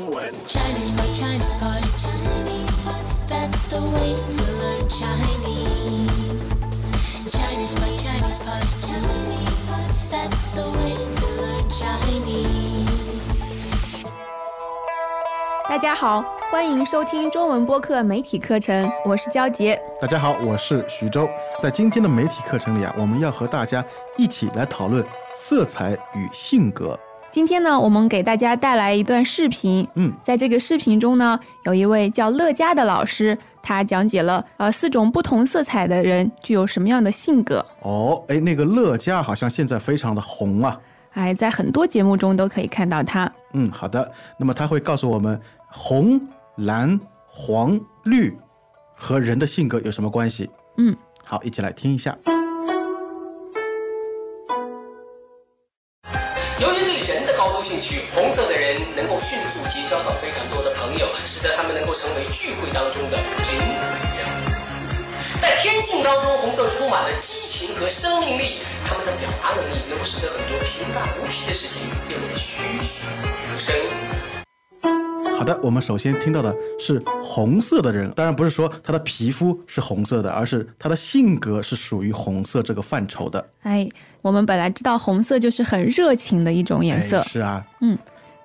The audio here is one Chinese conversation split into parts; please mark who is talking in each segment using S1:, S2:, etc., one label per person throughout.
S1: Chinese pot, Chinese pot, Chinese pot. That's the way to learn Chinese. Chinese pot, Chinese pot, Chinese pot. That's the way to learn Chinese.
S2: 大家好，欢迎收听中文播客媒体课程，我是焦杰。
S3: 大家好，我是徐州。在今天的媒体课程里啊，我们要和大家一起来讨论色彩与性格。
S2: 今天呢，我们给大家带来一段视频。
S3: 嗯，
S2: 在这个视频中呢，有一位叫乐嘉的老师，他讲解了呃四种不同色彩的人具有什么样的性格。
S3: 哦，哎，那个乐嘉好像现在非常的红啊。
S2: 哎，在很多节目中都可以看到他。
S3: 嗯，好的。那么他会告诉我们，红、蓝、黄、绿和人的性格有什么关系？
S2: 嗯，
S3: 好，一起来听一下。
S4: 由于对人的高度兴趣，红色的人能够迅速结交到非常多的朋友，使得他们能够成为聚会当中的领头羊。在天性当中，红色充满了激情和生命力，他们的表达能力能够使得很多平淡无奇的事情变得栩栩如生。
S3: 好的，我们首先听到的是红色的人，当然不是说他的皮肤是红色的，而是他的性格是属于红色这个范畴的
S2: 哎，我们本来知道红色就是很热情的一种颜色
S3: 哎，是啊，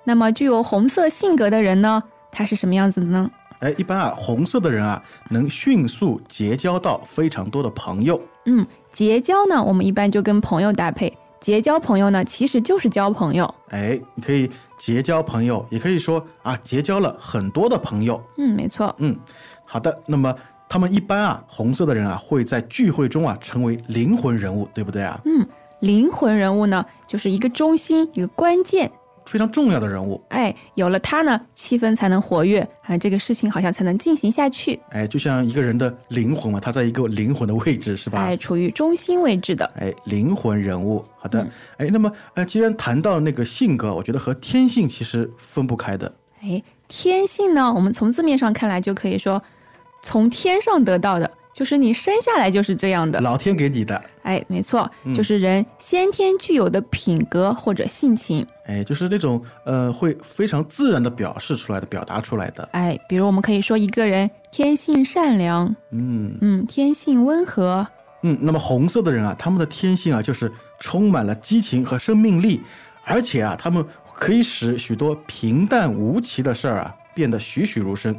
S2: 那么具有红色性格的人呢，他是什么样子的呢？
S3: 哎，一般啊，红色的人啊，能迅速结交到非常多的朋友。
S2: 嗯，结交呢，我们一般就跟朋友搭配。结交朋友呢，其实就是交朋友。
S3: 哎，你可以结交朋友，也可以说啊，结交了很多的朋友。
S2: 嗯，没错。
S3: 嗯，好的。那么他们一般啊，红色的人啊，会在聚会中啊，成为灵魂人物，对不对啊？
S2: 嗯灵魂人物呢，就是一个中心，一个关键。
S3: 非常重要的人物。
S2: 哎，有了它呢，气氛才能活跃，啊，这个事情好像才能进行下去。
S3: 哎，就像一个人的灵魂嘛，他在一个灵魂的位置，是吧？
S2: 哎，处于中心位置的。
S3: 哎，灵魂人物，好的，
S2: 嗯
S3: 哎，那么，呃，既然谈到那个性格，我觉得和天性其实分不开的，
S2: 哎，天性呢，我们从字面上看来就可以说，从天上得到的，就是你生下来就是这样的。
S3: 老天给你的，
S2: 哎，没错，就是人先天具有的品格或者性情。
S3: 哎，就是那种呃，会非常自然的表示出来的、表达出来的。
S2: 哎，比如我们可以说一个人天性善良，
S3: 嗯
S2: 嗯，天性温和，
S3: 嗯，那么红色的人啊，他们的天性啊，就是充满了激情和生命力，而且啊，他们可以使许多平淡无奇的事儿啊，变得栩栩如生。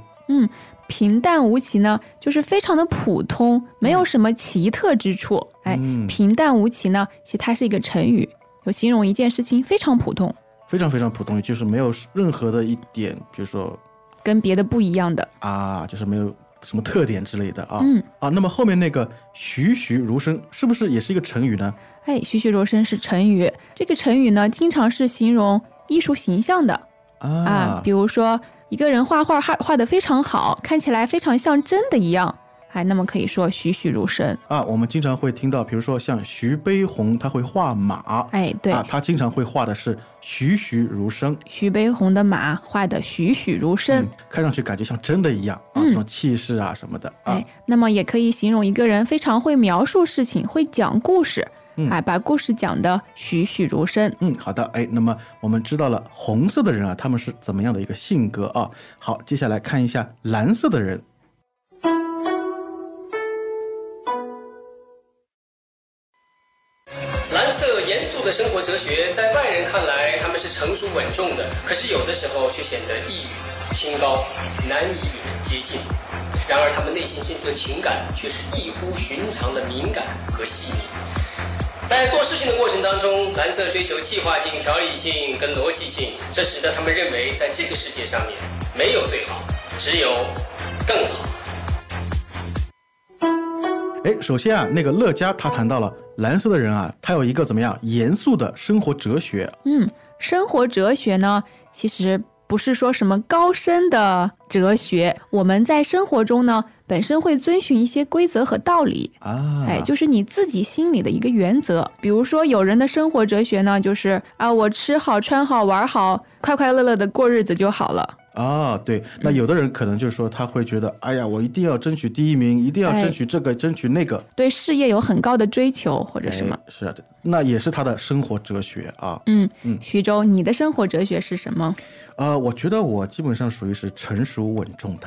S2: 平淡无奇呢，就是非常的普通，没有什么奇特之处。哎，
S3: 嗯
S2: 平淡无奇呢，其实它是一个成语，有形容一件事情非常普通，
S3: 非常非常普通，就是没有任何的一点，比如说
S2: 跟别的不一样的。
S3: 啊，就是没有什么特点之类的啊、
S2: 嗯
S3: 啊。那么后面那个栩栩如生，是不是也是一个成语呢？
S2: 哎，栩栩如生是成语，这个成语呢，经常是形容艺术形象的
S3: 啊，
S2: 啊，比如说一个人画画画画得非常好，看起来非常像真的一样，哎，那么可以说栩栩如生。
S3: 啊，我们经常会听到，比如说像徐悲鸿，他会画马，
S2: 哎，对，
S3: 啊，他经常会画的是栩栩如生，
S2: 徐悲鸿的马画得栩栩如生。
S3: 嗯，看上去感觉像真的一样啊，
S2: 嗯
S3: 这种气势啊什么的啊
S2: 哎，，那么也可以形容一个人非常会描述事情，会讲故事，
S3: 嗯
S2: 哎，把故事讲得栩栩如生。
S3: 嗯，好的，哎，那么我们知道了红色的人啊，他们是怎么样的一个性格啊？好，接下来看一下蓝色的人，
S4: 蓝色严肃的生活哲学，在外人看来他们是成熟稳重的，可是有的时候却显得抑郁、清高，难以与人接近。然而他们内心深处的情感却是异乎寻常的敏感和细腻。在做事情的过程当中，蓝色追求计划性、条理性跟逻辑性，这使得他们认为在这个世界上面没有最好，只有更好。
S3: 哎，首先啊，那个乐嘉他谈到了蓝色的人啊，他有一个怎么样严肃的生活哲学，
S2: 嗯，生活哲学呢，其实不是说什么高深的哲学，我们在生活中呢，本身会遵循一些规则和道理。
S3: 啊，
S2: 哎，就是你自己心里的一个原则。比如说，有人的生活哲学呢，就是啊，我吃好、穿好、玩好，快快乐乐的过日子就好了。
S3: 啊，对，那
S2: 嗯
S3: 有的人可能就是说他会觉得，哎呀，我一定要争取第一名，一定要
S2: 哎
S3: 争取这个，争取那个，
S2: 对事业有很高的追求或者什么
S3: 哎。是啊，那也是他的生活哲学啊。
S2: 嗯，徐州，你的生活哲学是什么？
S3: 呃，我觉得我基本上属于是成熟稳重的。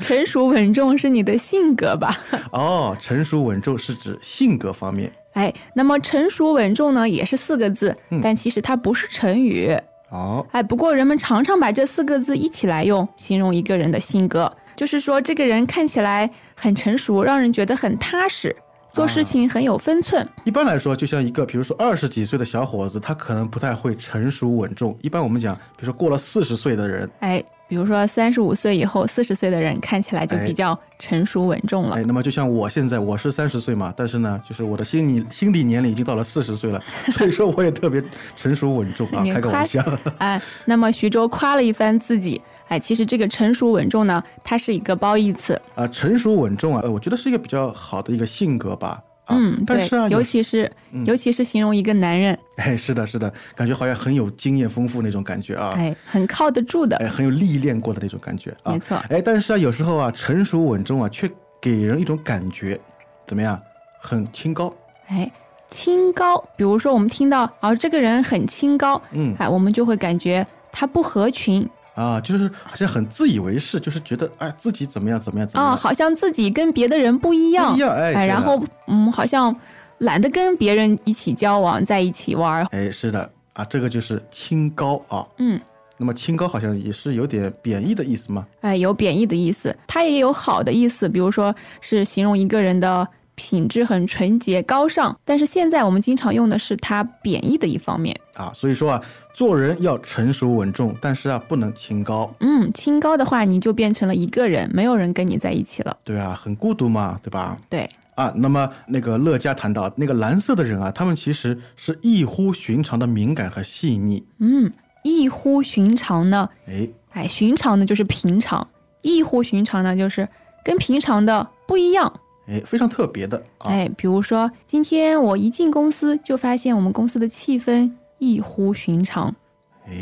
S2: 成熟稳重是你的性格吧？
S3: 哦，成熟稳重是指性格方面。
S2: 哎，那么成熟稳重呢，也是四个字，
S3: 嗯
S2: 但其实它不是成语。
S3: 哦，
S2: 哎，不过人们常常把这四个字一起来用，形容一个人的性格，就是说这个人看起来很成熟，让人觉得很踏实，做
S3: 啊
S2: 事情很有分寸。
S3: 一般来说，就像一个比如说二十几岁的小伙子，他可能不太会成熟稳重。一般我们讲，比如说过了四十岁的人，
S2: 哎，比如说三十五岁以后，四十岁的人看起来就
S3: 哎
S2: 比较成熟稳重了。
S3: 哎，那么就像我现在，我是三十岁嘛，但是呢，就是我的心理心理年龄已经到了四十岁 了，所以说我也特别成熟稳重啊，
S2: 你
S3: 开个
S2: 夸
S3: 玩笑。
S2: 哎，那么徐州夸了一番自己。哎，其实这个成熟稳重呢，它是一个褒义词。
S3: 啊，成熟稳重啊，呃我觉得是一个比较好的一个性格吧。啊、
S2: 嗯，
S3: 但
S2: 对
S3: 是啊，，有
S2: 尤其是、尤其是形容一个男人，
S3: 哎，是的，是的，感觉好像很有经验丰富那种感觉啊，
S2: 哎，很靠得住的。
S3: 哎，很有历练过的那种感觉啊，
S2: 没错
S3: 哎，但是啊，有时候啊，成熟稳重啊，却给人一种感觉，怎么样，很清高。
S2: 哎，清高，比如说我们听到啊，这个人很清高，
S3: 嗯
S2: 哎，我们就会感觉他不合群
S3: 啊，就是好像很自以为是，就是觉得哎自己怎么样怎么样怎么
S2: 啊、
S3: 样，
S2: 好像自己跟别的人不一样，
S3: 不一样哎对
S2: 然
S3: 的
S2: 后嗯，好像懒得跟别人一起交往，在一起玩儿，
S3: 哎，是的啊，这个就是清高啊。
S2: 嗯，
S3: 那么清高好像也是有点贬义的意思嘛。
S2: 哎，有贬义的意思，它也有好的意思，比如说是形容一个人的。品质很纯洁高尚，但是现在我们经常用的是它贬义的一方面。
S3: 啊，所以说啊，做人要成熟稳重，但是啊，不能清高，
S2: 嗯，清高的话，你就变成了一个人，没有人跟你在一起了。
S3: 对啊，很孤独嘛，对吧？
S2: 对，
S3: 啊，那么那个乐嘉谈到那个蓝色的人啊，他们其实是异乎寻常的敏感和细腻，
S2: 嗯，异乎寻常呢？
S3: 哎，
S2: 哎，寻常呢就是平常，异乎寻常呢就是跟平常的不一样。
S3: 哎，非常特别的啊，
S2: 哎，比如说今天我一进公司就发现我们公司的气氛异乎寻常，
S3: 哎，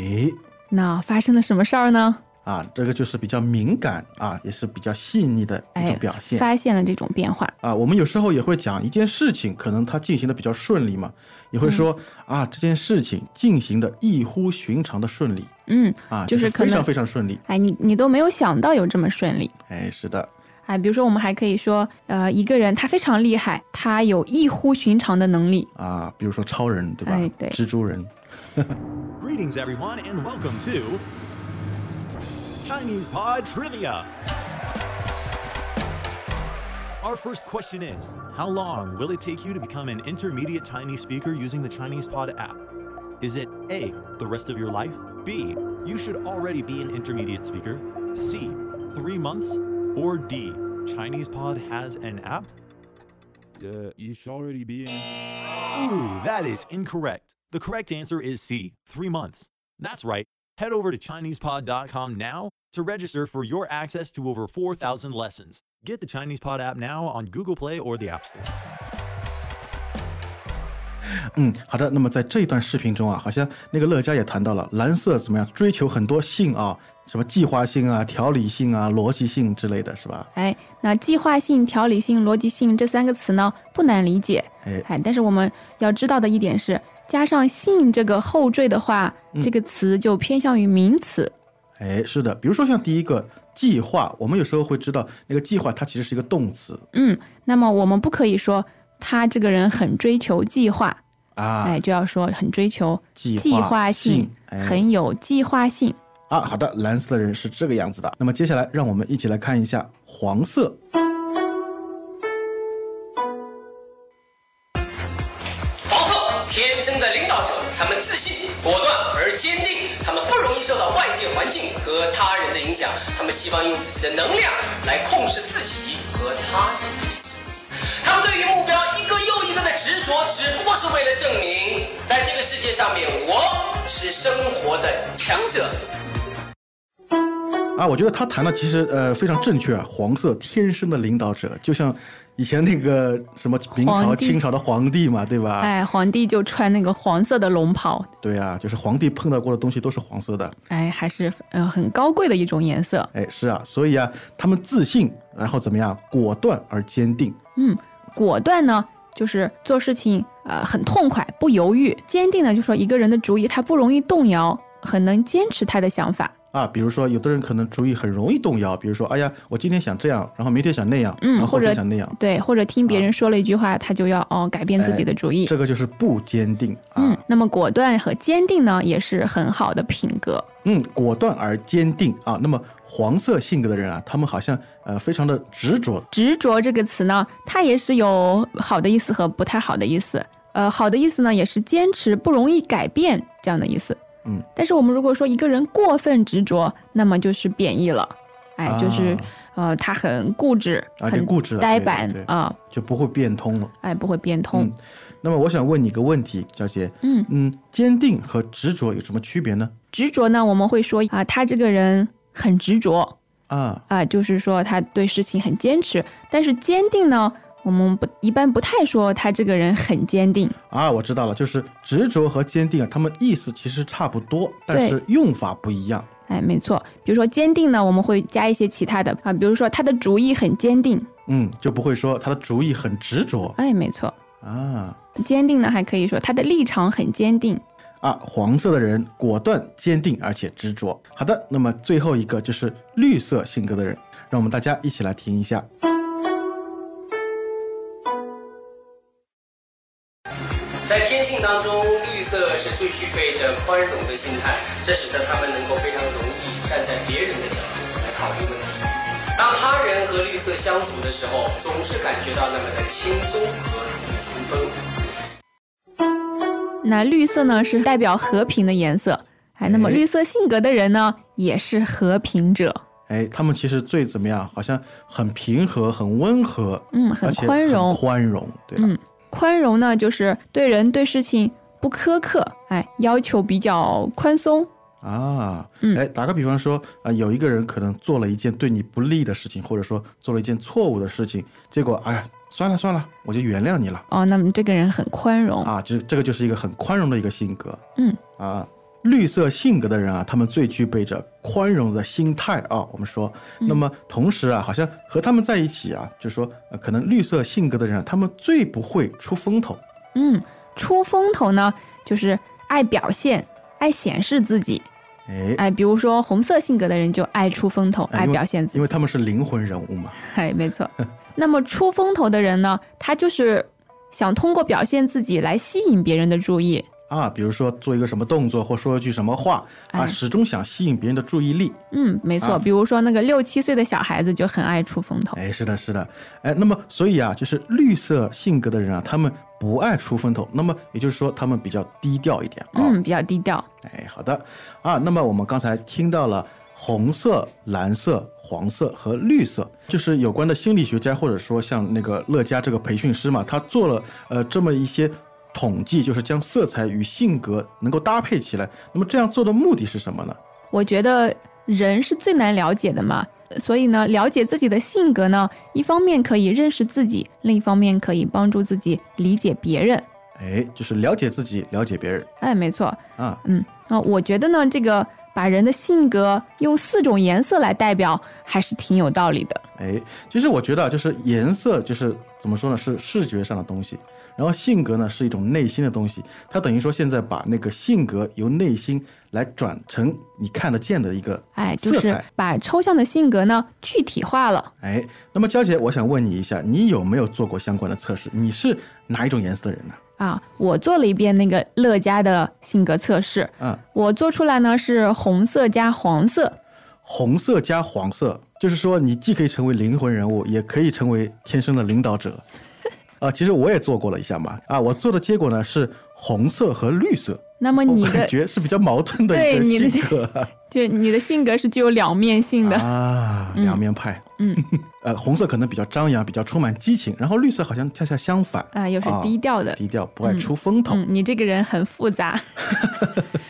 S2: 那发生了什么事儿呢？
S3: 啊，这个就是比较敏感啊，也是比较细腻的一
S2: 哎
S3: 种表，现。
S2: 发现了这种变化。
S3: 啊，我们有时候也会讲一件事情，可能它进行的比较顺利嘛，也会说、
S2: 嗯
S3: 啊，这件事情进行的异乎寻常的顺利
S2: 嗯，
S3: 啊，
S2: 就是是可
S3: 非常
S2: 能
S3: 非常顺利。
S2: 哎，你你都没有想到有这么顺利。
S3: 哎，是的，
S2: 哎，比如说我们还可以说，呃，一个人他非常厉害，他有异乎寻常的能力。
S3: 啊，比如说超人对吧？
S2: 哎对
S3: 蜘蛛人
S5: Greetings, everyone, and welcome to Chinese Pod Trivia. Our first question is How long will it take you to become an intermediate Chinese speaker using the Chinese Pod app? Is it A, the rest of your life? B, you should already be an intermediate speaker? C, three months? Or D, Chinese Pod has an app?
S6: Uh, you should already be in.
S5: Ooh, that is incorrect. The correct answer is C, three months. That's right. Head over to ChinesePod.com now to register for your access to over 4,000 lessons. Get the Chinese Pod app now on Google Play or the App Store.
S3: 嗯，好的。那么在这一段视频中啊，好像那个乐嘉也谈到了蓝色怎么样追求很多性啊，什么计划性啊、条理性啊、逻辑性之类的是吧？
S2: 哎，那计划性、条理性、逻辑性这三个词呢，不难理解。
S3: 哎
S2: 哎，但是我们要知道的一点是，加上“性”这个后缀的话，
S3: 嗯
S2: 这个词就偏向于名词。
S3: 哎，是的。比如说像第一个计划，我们有时候会知道那个计划它其实是一个动词
S2: 嗯，那么我们不可以说他这个人很追求计划，
S3: 啊。
S2: 哎，就要说很追求
S3: 计划
S2: 划
S3: 性哎
S2: 很有计划性。
S3: 啊，好的，蓝色的人是这个样子的。那么接下来，让我们一起来看一下黄色。
S4: 黄色天生的领导者，他们自信、果断而坚定，他们不容易受到外界环境和他人的影响，他们希望用自己的能量来控制自己和他人。他们对于目标一个又一个的执着，只不过是为了证明，在这个世界上面，我是生活的强者。
S3: 啊，我觉得他谈的其实呃非常正确啊，黄色天生的领导者，就像以前那个什么明朝、
S2: 皇帝
S3: 清朝的皇帝嘛，对吧？
S2: 哎，皇帝就穿那个黄色的龙袍，
S3: 对啊，就是皇帝碰到过的东西都是黄色的。
S2: 哎，还是呃很高贵的一种颜色。
S3: 哎，是啊，所以啊，他们自信，然后怎么样，果断而坚定。
S2: 果断呢，就是做事情呃很痛快，不犹豫；坚定呢，就说一个人的主意他不容易动摇，很能坚持他的想法。
S3: 啊，比如说，有的人可能主意很容易动摇，比如说，哎呀，我今天想这样，然后明天想那样，
S2: 嗯
S3: 然后后
S2: 或
S3: 天
S2: 者
S3: 想那样，
S2: 对，或者听别人说了一句话，他就要哦改变自己的主意。
S3: 这个就是啊不坚定啊。
S2: 嗯，那么果断和坚定呢，也是很好的品格。
S3: 嗯，果断而坚定啊。那么黄色性格的人啊，他们好像呃非常的执着。
S2: 执着这个词呢，它也是有好的意思和不太好的意思。呃，好的意思呢，也是坚持、不容易改变这样的意思。
S3: 嗯，
S2: 但是我们如果说一个人过分执着，那么就是贬义了。哎，就是、呃，他很固执，
S3: 啊
S2: 很
S3: 就固执了
S2: 呆
S3: 对
S2: 板
S3: 对对
S2: 啊、
S3: 就不会变通了。
S2: 哎，不会变通。
S3: 嗯那么我想问你个问题，小姐，
S2: 嗯
S3: 嗯，坚定和执着有什么区别呢？
S2: 执着呢，我们会说啊、他这个人很执着
S3: 啊，
S2: 啊、就是说他对事情很坚持。但是坚定呢，我们不一般不太说他这个人很坚定。
S3: 啊，我知道了，就是执着和坚定啊，他们意思其实差不多，但
S2: 对
S3: 是用法不一样。
S2: 哎，没错，比如说坚定呢，我们会加一些其他的啊，比如说他的主意很坚定，
S3: 嗯，就不会说他的主意很执着
S2: 哎，没错，
S3: 啊
S2: 坚定呢还可以说他的立场很坚定，
S3: 啊，黄色的人果断、坚定而且执着。好的，那么最后一个就是绿色性格的人，让我们大家一起来听一下。
S4: 在天性当中，绿色是最具备着宽容的心态，这使得他们能够非常容易站在别人的角度来考虑问题。当他人和绿色相处的时候，总是感觉到那么的轻松和如春风。
S2: 那绿色呢是代表和平的颜色，哎，那么
S3: 哎
S2: 绿色性格的人呢也是和平者，
S3: 哎，他们其实最怎么样？好像很平和、很温和，
S2: 嗯很
S3: 而且
S2: 宽容
S3: 很宽容，对吧？
S2: 嗯宽容呢就是对人对事情不苛刻，哎，要求比较宽松，
S3: 啊，
S2: 嗯
S3: 哎，打个比方说，啊、有一个人可能做了一件对你不利的事情，或者说做了一件错误的事情，结果，哎呀，算了算了，我就原谅你了
S2: 哦，那么这个人很宽容，
S3: 啊，这这个就是一个很宽容的一个性格，
S2: 哦嗯，
S3: 啊，绿色性格的人啊，他们最具备着宽容的心态啊，我们说，
S2: 嗯
S3: 那么同时啊，好像和他们在一起啊，就说、呃可能绿色性格的人啊，他们最不会出风头，
S2: 嗯，出风头呢就是爱表现，爱显示自己。
S3: 哎，
S2: 哎，比如说红色性格的人就爱出风头，
S3: 哎
S2: 爱
S3: 因为
S2: 表现自 己，
S3: 因为他们是灵魂人物嘛，
S2: 哎，没错。那么出风头的人呢，他就是想通过表现自己来吸引别人的注意。
S3: 啊，比如说做一个什么动作或说一句什么话啊，
S2: 哎
S3: 始终想吸引别人的注意力。
S2: 嗯，没错。
S3: 啊
S2: 比如说那个六七岁的小孩子就很爱出风头。
S3: 哎，是的，是的，哎，那么所以啊，就是绿色性格的人啊，他们不爱出风头，那么也就是说他们比较低调一点啊。
S2: 嗯，比较低调。
S3: 哎，好的啊，那么我们刚才听到了。红色、蓝色、黄色和绿色，就是有关的心理学家或者说像那个乐嘉这个培训师嘛，他做了呃这么一些统计，就是将色彩与性格能够搭配起来。那么这样做的目的是什么呢？
S2: 我觉得人是最难了解的嘛，所以呢，了解自己的性格呢，一方面可以认识自己，另一方面可以帮助自己理解别人。
S3: 哎，就是了解自己，了解别人
S2: 哎，没错。
S3: 啊。
S2: 嗯啊、我觉得呢，这个把人的性格用四种颜色来代表，还是挺有道理的。
S3: 哎，其实我觉得啊，就是颜色，就是怎么说呢，是视觉上的东西，然后性格呢是一种内心的东西。它等于说现在把那个性格由内心来转成你看得见的一个
S2: 哎，就
S3: 色
S2: 是
S3: 彩。
S2: 把抽象的性格呢具体化了。
S3: 哎，那么娇姐，我想问你一下，你有没有做过相关的测试？你是哪一种颜色的人呢、
S2: 啊，我做了一遍那个乐嘉的性格测试，
S3: 啊？
S2: 我做出来呢是红色加黄色，
S3: 红色加黄色，就是说你既可以成为灵魂人物，也可以成为天生的领导 者。啊，其实我也做过了一下嘛，啊，我做的结果呢是红色和绿色，
S2: 那么你
S3: 我
S2: 的
S3: 感觉是比较矛盾的一
S2: 对你
S3: 个
S2: 的
S3: 性格
S2: 就你的性格是具有两面性的，
S3: 啊，两面派。
S2: 嗯，
S3: 呃，红色可能比较张扬，比较充满激情，然后绿色好像恰恰相反
S2: 啊又是低调的
S3: 哦低调不爱出风头。
S2: 嗯，你这个人很复杂。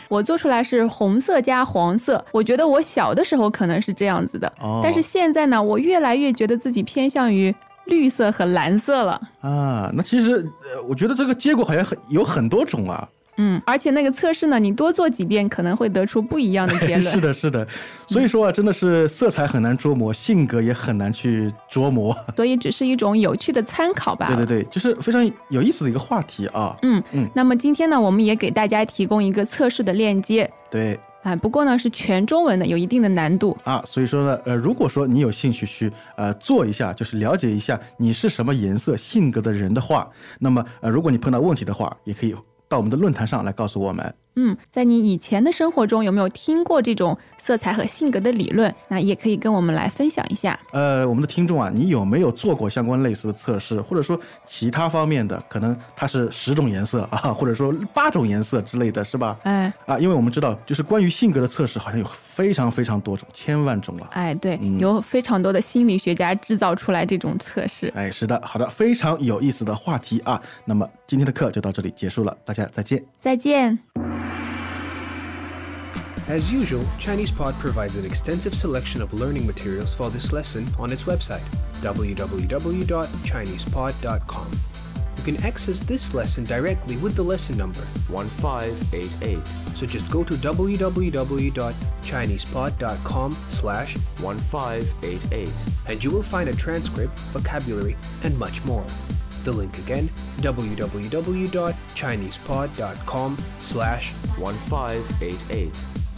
S2: 我做出来是红色加黄色，我觉得我小的时候可能是这样子的，
S3: 哦
S2: 但是现在呢，我越来越觉得自己偏向于绿色和蓝色了。
S3: 啊，那其实呃我觉得这个结果好像很有很多种啊。
S2: 嗯，而且那个测试呢，你多做几遍可能会得出不一样的结论。
S3: 是的，是的。所以说啊，真的是色彩很难捉摸，性格也很难去琢磨。
S2: 所以只是一种有趣的参考吧。
S3: 对对对，就是非常有意思的一个话题啊。
S2: 嗯
S3: 嗯
S2: 那么今天呢，我们也给大家提供一个测试的链接
S3: 对
S2: 啊，不过呢是全中文的，有一定的难度。
S3: 啊，所以说呢，呃，如果说你有兴趣去呃做一下，就是了解一下你是什么颜色性格的人的话，那么呃，如果你碰到问题的话，也可以到我们的论坛上来告诉我们。
S2: 嗯，在你以前的生活中有没有听过这种色彩和性格的理论？那也可以跟我们来分享一下。
S3: 呃，我们的听众啊，你有没有做过相关类似的测试，或者说其他方面的？可能它是十种颜色啊，或者说八种颜色之类的是吧？
S2: 哎
S3: 啊，因为我们知道，就是关于性格的测试，好像有非常非常多种，千万种了。
S2: 哎，对，有非常多的心理学家制造出来这种测试。
S3: 哎，是的，好的，非常有意思的话题啊。那么今天的课就到这里结束了，大家再见。
S2: 再见。
S7: As usual, ChinesePod provides an extensive selection of learning materials for this lesson on its website, www.chinesepod.com. You can access this lesson directly with the lesson number,
S8: 1588.
S7: so just go to www.chinesepod.com slash
S8: 1588.
S7: and you will find a transcript, vocabulary, and much more. The link again, www.chinesepod.com slash
S8: 1588.